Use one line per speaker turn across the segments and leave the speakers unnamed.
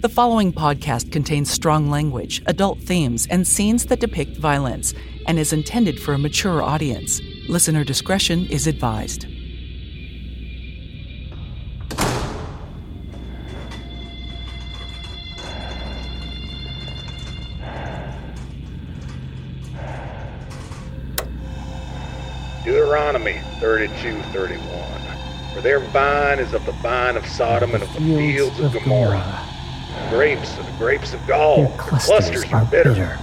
The following podcast contains strong language, adult themes, and scenes that depict violence and is intended for a mature audience. Listener discretion is advised.
Deuteronomy 32 31. For their vine is of the vine of Sodom and of the fields of Gomorrah. Grapes of the grapes of Gaul.
Their
Their
clusters are bitter.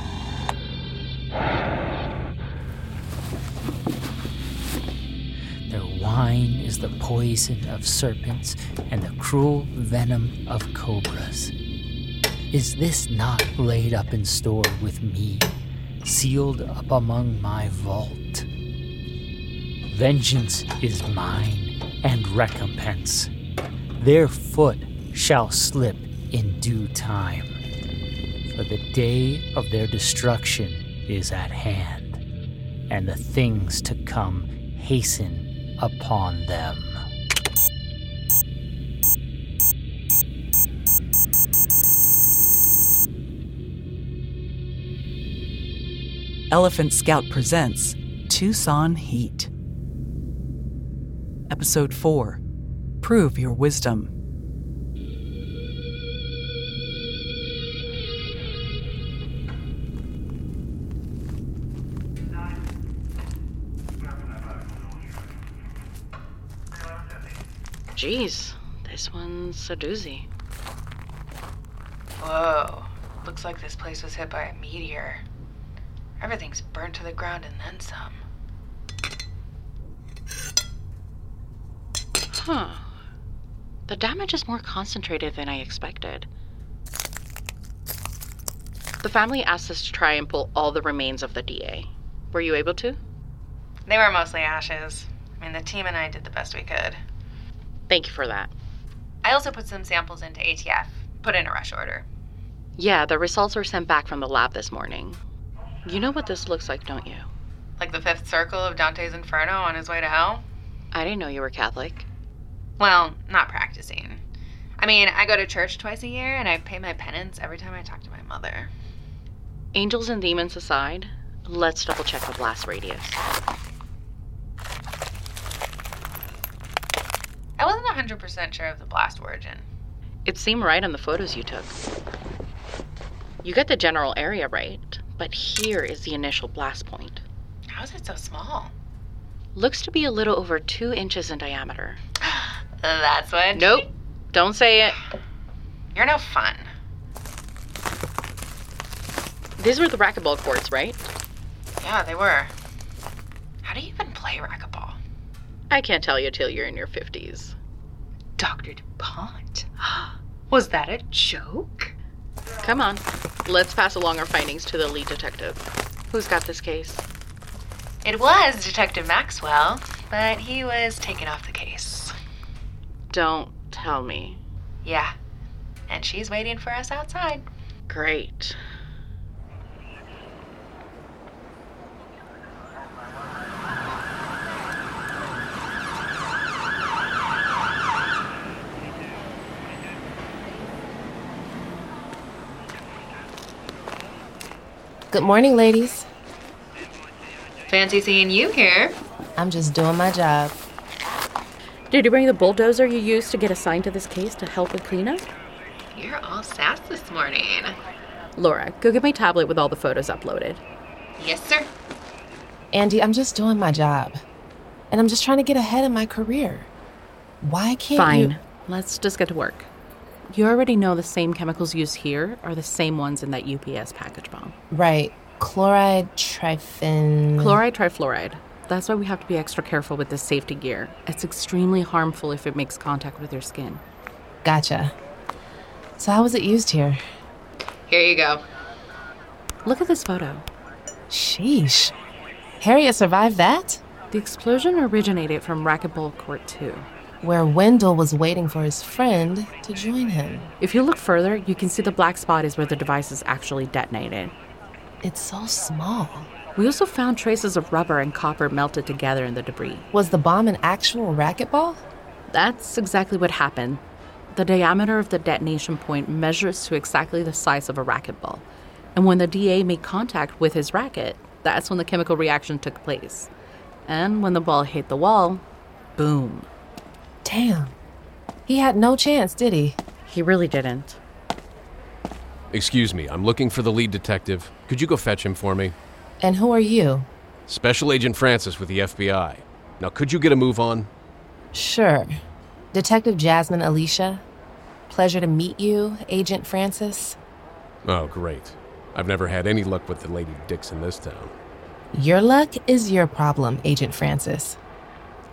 Their wine is the poison of serpents and the cruel venom of cobras. Is this not laid up in store with me, sealed up among my vault? Vengeance is mine and recompense. Their foot shall slip in due time, for the day of their destruction is at hand and the things to come hasten upon them.
Elephant Scout presents Tucson Heat. Episode 4 Prove Your Wisdom.
Jeez, this one's a doozy.
Whoa. Looks like this place was hit by a meteor. Everything's burnt to the ground and then some.
Huh. The damage is more concentrated than I expected. The family asked us to try and pull all the remains of the DA. Were you able to?
They were mostly ashes. I mean, the team and I did the best we could.
Thank you for that.
I also put some samples into ATF, put in a rush order.
Yeah, the results were sent back from the lab this morning. You know what this looks like, don't you?
Like the fifth circle of Dante's Inferno on his way to hell?
I didn't know you were Catholic.
Well, not practicing. I mean, I go to church twice a year and I pay my penance every time I talk to my mother.
Angels and demons aside, let's double check the blast radius.
I wasn't 100% sure of the blast origin.
It seemed right on the photos you took. You get the general area right, but here is the initial blast point.
How is it so small?
Looks to be a little over two inches in diameter.
That's what.
Nope, don't say it.
You're no fun.
These were the racquetball courts, right?
Yeah, they were. How do you even play racquetball?
I can't tell you till you're in your 50s.
Dr. DuPont? Was that a joke?
Come on, let's pass along our findings to the lead detective. Who's got this case?
It was Detective Maxwell, but he was taken off the case.
Don't tell me.
Yeah. And she's waiting for us outside.
Great.
Good morning, ladies.
Fancy seeing you here.
I'm just doing my job.
Did you bring the bulldozer you used to get assigned to this case to help with cleanup?
You're all sass this morning.
Laura, go get my tablet with all the photos uploaded.
Yes, sir.
Andy, I'm just doing my job. And I'm just trying to get ahead in my career. Why can't
Fine.
you?
Let's just get to work. You already know the same chemicals used here are the same ones in that UPS package bomb.
Right. Chloride, triphen.
Chloride trifluoride. That's why we have to be extra careful with this safety gear. It's extremely harmful if it makes contact with your skin.
Gotcha. So, how was it used here?
Here you go.
Look at this photo.
Sheesh. Harriet survived that?
The explosion originated from racquetball court 2.
Where Wendell was waiting for his friend to join him.
If you look further, you can see the black spot is where the device is actually detonated.
It's so small.
We also found traces of rubber and copper melted together in the debris.
Was the bomb an actual racquetball?
That's exactly what happened. The diameter of the detonation point measures to exactly the size of a racquetball. And when the DA made contact with his racket, that's when the chemical reaction took place. And when the ball hit the wall, boom.
Damn. He had no chance, did he?
He really didn't.
Excuse me, I'm looking for the lead detective. Could you go fetch him for me?
And who are you?
Special Agent Francis with the FBI. Now, could you get a move on?
Sure. Detective Jasmine Alicia. Pleasure to meet you, Agent Francis.
Oh, great. I've never had any luck with the Lady Dicks in this town.
Your luck is your problem, Agent Francis.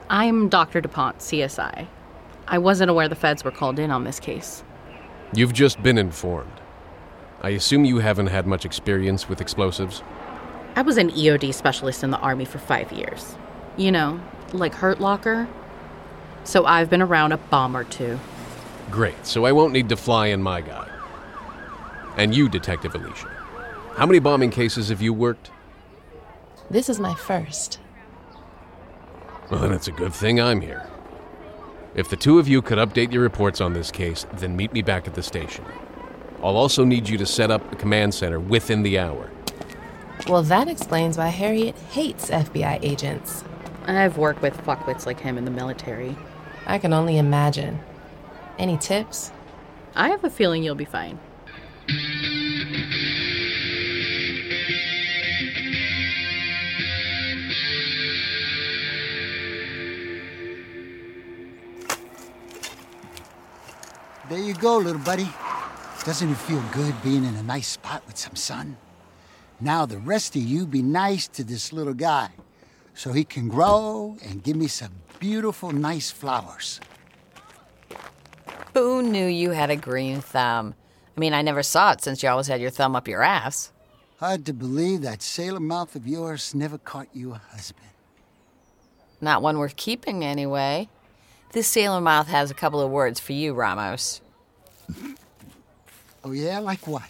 I'm Dr. DuPont, CSI. I wasn't aware the feds were called in on this case.
You've just been informed. I assume you haven't had much experience with explosives.
I was an EOD specialist in the Army for five years. You know, like Hurt Locker. So I've been around a bomb or two.
Great, so I won't need to fly in my guy. And you, Detective Alicia. How many bombing cases have you worked?
This is my first.
Well, then it's a good thing I'm here. If the two of you could update your reports on this case, then meet me back at the station. I'll also need you to set up a command center within the hour.
Well, that explains why Harriet hates FBI agents.
I've worked with fuckwits like him in the military.
I can only imagine. Any tips?
I have a feeling you'll be fine.
There you go, little buddy. Doesn't it feel good being in a nice spot with some sun? Now, the rest of you be nice to this little guy so he can grow and give me some beautiful, nice flowers.
Who knew you had a green thumb? I mean, I never saw it since you always had your thumb up your ass.
Hard to believe that sailor mouth of yours never caught you a husband.
Not one worth keeping, anyway. This sailor mouth has a couple of words for you, Ramos.
Oh, yeah? Like what?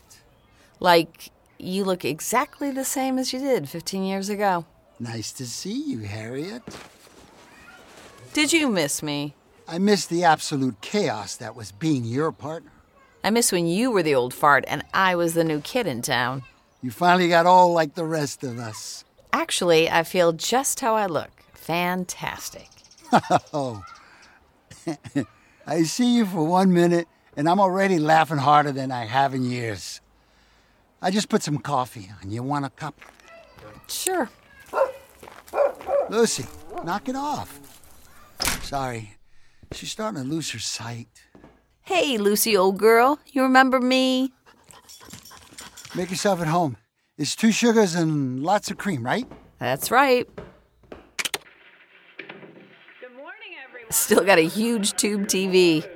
Like, you look exactly the same as you did 15 years ago.
Nice to see you, Harriet.
Did you miss me?
I miss the absolute chaos that was being your partner.
I miss when you were the old fart and I was the new kid in town.
You finally got all like the rest of us.
Actually, I feel just how I look. Fantastic.
Oh. I see you for one minute, and I'm already laughing harder than I have in years. I just put some coffee on. You want a cup?
Sure.
Lucy, knock it off. Sorry. She's starting to lose her sight.
Hey, Lucy, old girl, you remember me?
Make yourself at home. It's two sugars and lots of cream, right?
That's right. Still got a huge tube TV.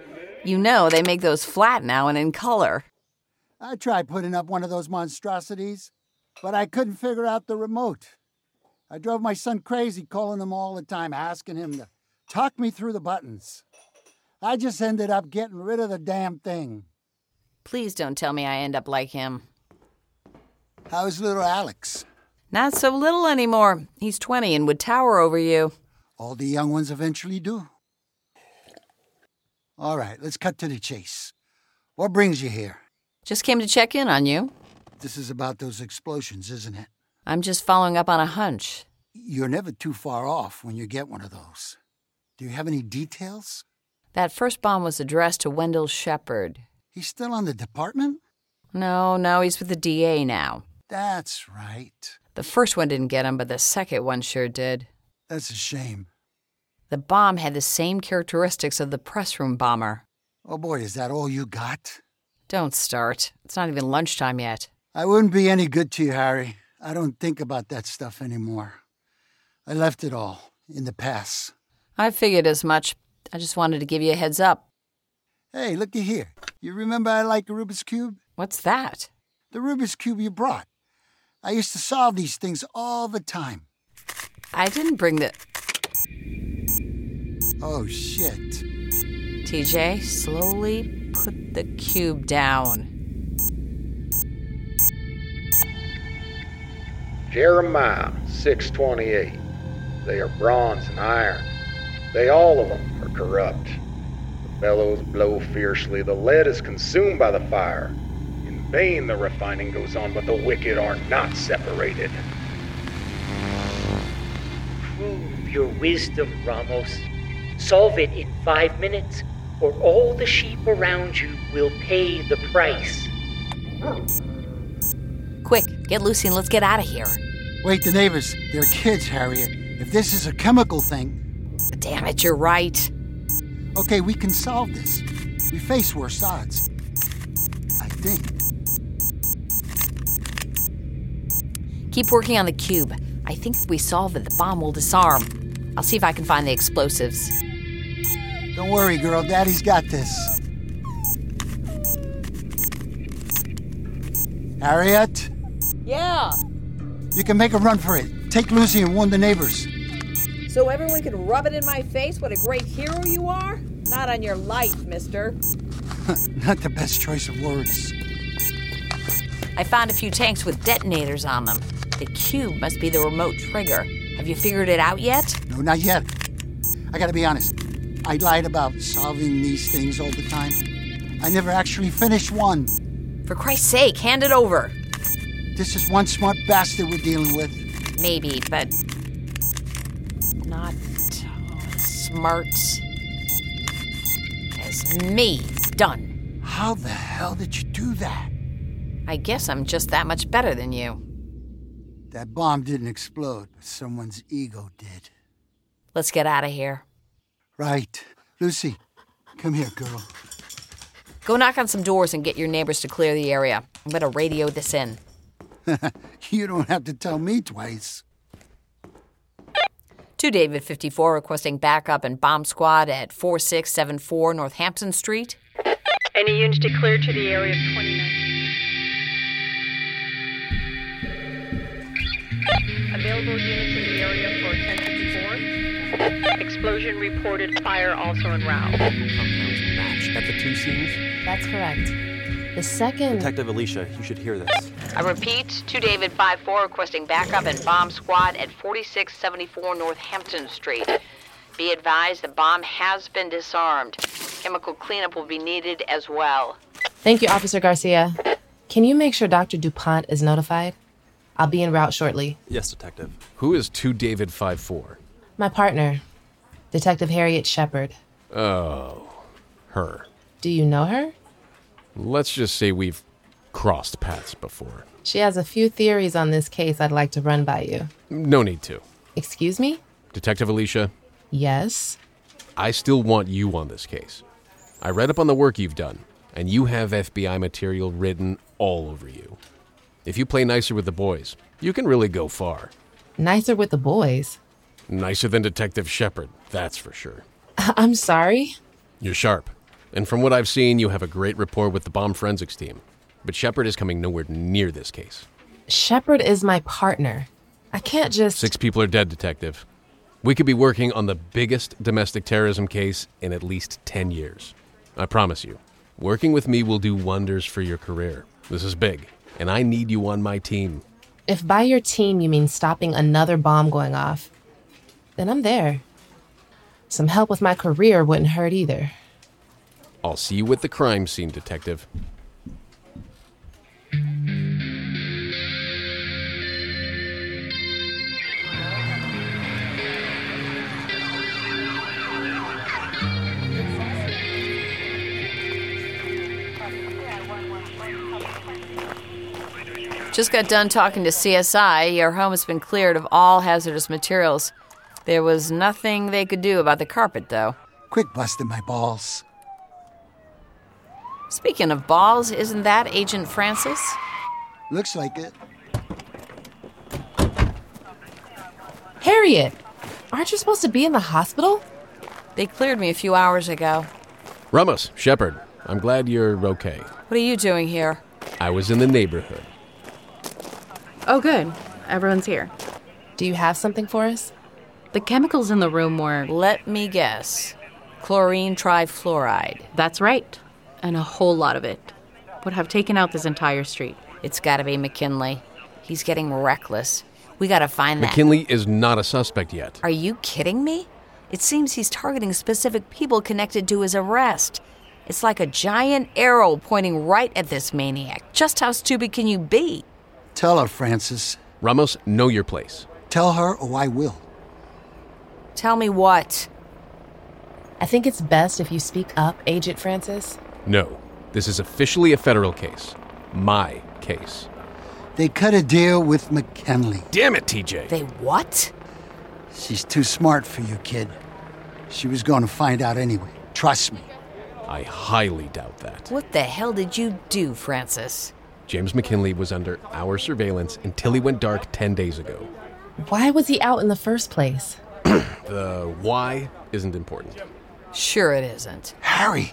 You know, they make those flat now and in color.
I tried putting up one of those monstrosities, but I couldn't figure out the remote. I drove my son crazy calling him all the time, asking him to talk me through the buttons. I just ended up getting rid of the damn thing.
Please don't tell me I end up like him.
How's little Alex?
Not so little anymore. He's 20 and would tower over you.
All the young ones eventually do. All right, let's cut to the chase. What brings you here?
Just came to check in on you.
This is about those explosions, isn't it?
I'm just following up on a hunch.
You're never too far off when you get one of those. Do you have any details?
That first bomb was addressed to Wendell Shepard.
He's still on the department?
No, no, he's with the DA now.
That's right.
The first one didn't get him, but the second one sure did.
That's a shame.
The bomb had the same characteristics of the press room bomber.
Oh boy, is that all you got?
Don't start. It's not even lunchtime yet.
I wouldn't be any good to you, Harry. I don't think about that stuff anymore. I left it all in the past.
I figured as much. I just wanted to give you a heads up.
Hey, looky here. You remember I like the Rubik's Cube?
What's that?
The Rubik's Cube you brought. I used to solve these things all the time.
I didn't bring the.
Oh, shit.
TJ, slowly put the cube down.
Jeremiah 628. They are bronze and iron. They all of them are corrupt. Bellows blow fiercely. The lead is consumed by the fire. In vain the refining goes on, but the wicked are not separated.
Prove your wisdom, Ramos. Solve it in five minutes, or all the sheep around you will pay the price.
Quick, get Lucy and let's get out of here.
Wait, the neighbors. They're kids, Harriet. If this is a chemical thing.
Damn it, you're right.
Okay, we can solve this. We face worse odds. I think.
Keep working on the cube. I think if we solve it, the bomb will disarm. I'll see if I can find the explosives.
Don't worry, girl. Daddy's got this. Harriet,
Yeah.
you can make a run for it. Take Lucy and warn the neighbors.
So everyone can rub it in my face what a great hero you are? Not on your life, mister.
Not the best choice of words.
I found a few tanks with detonators on them. The cube must be the remote trigger. Have you figured it out yet?
No, not yet. I gotta be honest. I lied about solving these things all the time. I never actually finished one.
For Christ's sake, hand it over.
This is one smart bastard we're dealing with.
Maybe, but not uh, smart as me. Done.
How the hell did you do that?
I guess I'm just that much better than you.
That bomb didn't explode, but someone's ego did.
Let's get out of here.
Right. Lucy, come here, girl.
Go knock on some doors and get your neighbors to clear the area. I'm gonna radio this in.
you don't have to tell me twice.
To David 54 requesting backup and bomb squad at 4674 Northampton Street.
Any units declared to the area of 29.
Available units in the area for 1054. Explosion reported, fire also en route.
At the two scenes?
That's correct. The second.
Detective Alicia, you should hear this.
I repeat, to David 54 requesting backup and bomb squad at 4674 Northampton Street. Be advised the bomb has been disarmed. Chemical cleanup will be needed as well.
Thank you, Officer Garcia. Can you make sure Dr. DuPont is notified? I'll be en route shortly.
Yes, Detective. Who is 2 David 54?
My partner, Detective Harriet Shepard.
Oh, her.
Do you know her?
Let's just say we've crossed paths before.
She has a few theories on this case I'd like to run by you.
No need to.
Excuse me?
Detective Alicia,
Yes.
I still want you on this case. I read up on the work you've done, and you have FBI material written all over you. If you play nicer with the boys, you can really go far.
Nicer with the boys.
Nicer than Detective Shepard, that's for sure.
I'm sorry.
You're sharp. And from what I've seen, you have a great rapport with the bomb forensics team. But Shepard is coming nowhere near this case.
Shepard is my partner. I can't just.
Six people are dead, Detective. We could be working on the biggest domestic terrorism case in at least 10 years. I promise you, working with me will do wonders for your career. This is big, and I need you on my team.
If by your team you mean stopping another bomb going off, then I'm there. Some help with my career wouldn't hurt either.
I'll see you at the crime scene, Detective.
Just got done talking to CSI. Your home has been cleared of all hazardous materials. There was nothing they could do about the carpet, though.
Quit busting my balls.
Speaking of balls, isn't that Agent Francis?
Looks like it.
Harriet, aren't you supposed to be in the hospital?
They cleared me a few hours ago.
Ramos, Shepard, I'm glad you're okay.
What are you doing here?
I was in the neighborhood.
Oh, good. Everyone's here.
Do you have something for us?
The chemicals in the room were.
Let me guess. Chlorine trifluoride.
That's right. And a whole lot of it. Would have taken out this entire street.
It's gotta be McKinley. He's getting reckless. We gotta find that.
McKinley is not a suspect yet.
Are you kidding me? It seems he's targeting specific people connected to his arrest. It's like a giant arrow pointing right at this maniac. Just how stupid can you be?
Tell her, Francis.
Ramos, know your place.
Tell her, or I will.
Tell me what?
I think it's best if you speak up, Agent Francis.
No, this is officially a federal case. My case.
They cut a deal with McKinley.
Damn it, TJ.
They what?
She's too smart for you, kid. She was going to find out anyway. Trust me.
I highly doubt that.
What the hell did you do, Francis?
James McKinley was under our surveillance until he went dark 10 days ago.
Why was he out in the first place?
The why isn't important.
Sure, it isn't.
Harry!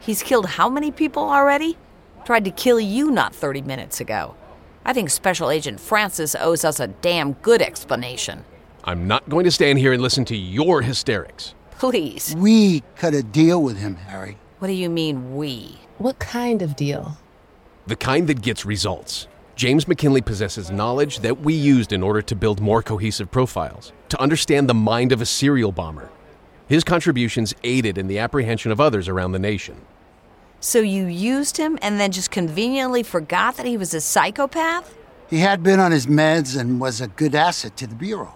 He's killed how many people already? Tried to kill you not 30 minutes ago. I think Special Agent Francis owes us a damn good explanation.
I'm not going to stand here and listen to your hysterics.
Please.
We cut a deal with him, Harry.
What do you mean, we?
What kind of deal?
The kind that gets results. James McKinley possesses knowledge that we used in order to build more cohesive profiles, to understand the mind of a serial bomber. His contributions aided in the apprehension of others around the nation.
So you used him and then just conveniently forgot that he was a psychopath?
He had been on his meds and was a good asset to the Bureau.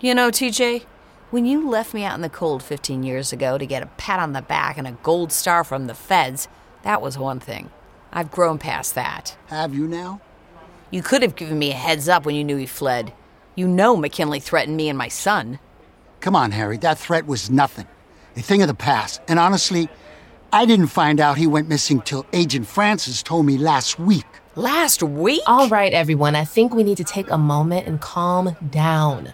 You know, TJ, when you left me out in the cold 15 years ago to get a pat on the back and a gold star from the feds, that was one thing. I've grown past that.
Have you now?
You could have given me a heads up when you knew he fled. You know McKinley threatened me and my son.
Come on, Harry, that threat was nothing. A thing of the past. And honestly, I didn't find out he went missing till Agent Francis told me last week.
Last week?
All right, everyone, I think we need to take a moment and calm down.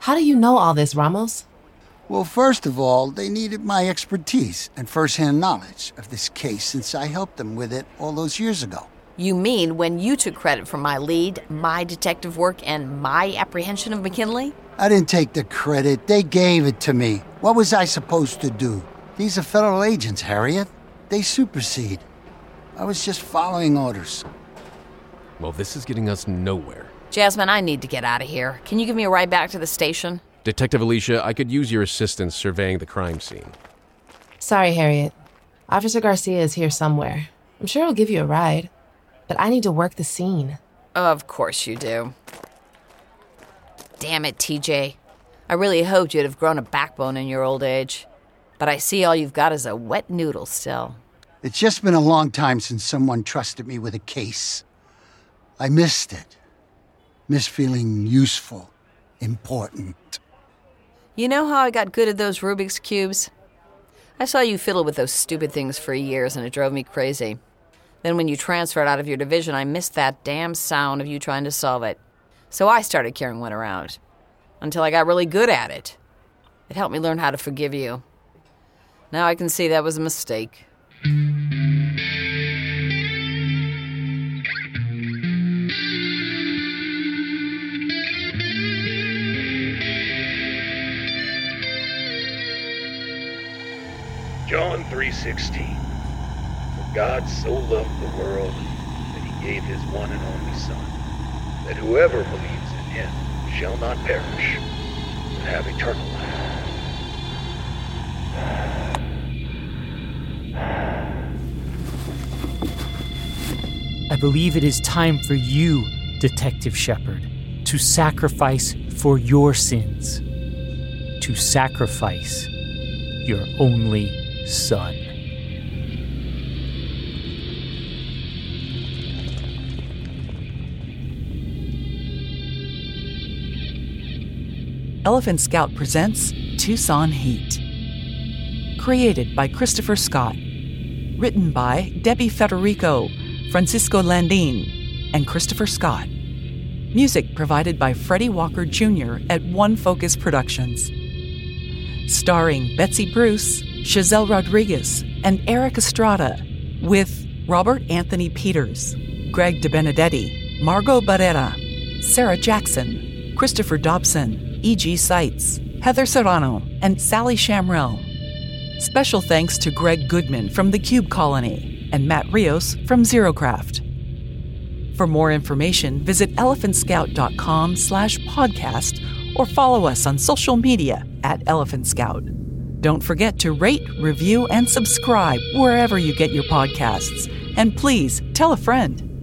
How do you know all this, Ramos?
Well, first of all, they needed my expertise and firsthand knowledge of this case since I helped them with it all those years ago.
You mean when you took credit for my lead, my detective work, and my apprehension of McKinley?
I didn't take the credit. They gave it to me. What was I supposed to do? These are federal agents, Harriet. They supersede. I was just following orders.
Well, this is getting us nowhere.
Jasmine, I need to get out of here. Can you give me a ride back to the station?
Detective Alicia, I could use your assistance surveying the crime scene.
Sorry, Harriet. Officer Garcia is here somewhere. I'm sure he'll give you a ride, but I need to work the scene.
Of course you do. Damn it, TJ. I really hoped you'd have grown a backbone in your old age. But I see all you've got is a wet noodle still.
It's just been a long time since someone trusted me with a case. I missed it. Miss feeling useful, important.
You know how I got good at those Rubik's Cubes? I saw you fiddle with those stupid things for years and it drove me crazy. Then, when you transferred out of your division, I missed that damn sound of you trying to solve it. So I started carrying one around. Until I got really good at it. It helped me learn how to forgive you. Now I can see that was a mistake.
John 3:16 For God so loved the world that he gave his one and only son that whoever believes in him shall not perish but have eternal life.
I believe it is time for you, Detective Shepard, to sacrifice for your sins. To sacrifice your only son.
Elephant Scout presents Tucson Heat. Created by Christopher Scott. Written by Debbie Federico, Francisco Landin, and Christopher Scott. Music provided by Freddie Walker Jr. at One Focus Productions starring Betsy Bruce, Giselle Rodriguez, and Eric Estrada, with Robert Anthony Peters, Greg DeBenedetti, Margot Barrera, Sarah Jackson, Christopher Dobson, E.G. Seitz, Heather Serrano, and Sally Shamrell. Special thanks to Greg Goodman from The Cube Colony and Matt Rios from ZeroCraft. For more information, visit elephantscout.com slash podcast or follow us on social media at Elephant Scout. Don't forget to rate, review, and subscribe wherever you get your podcasts. And please tell a friend.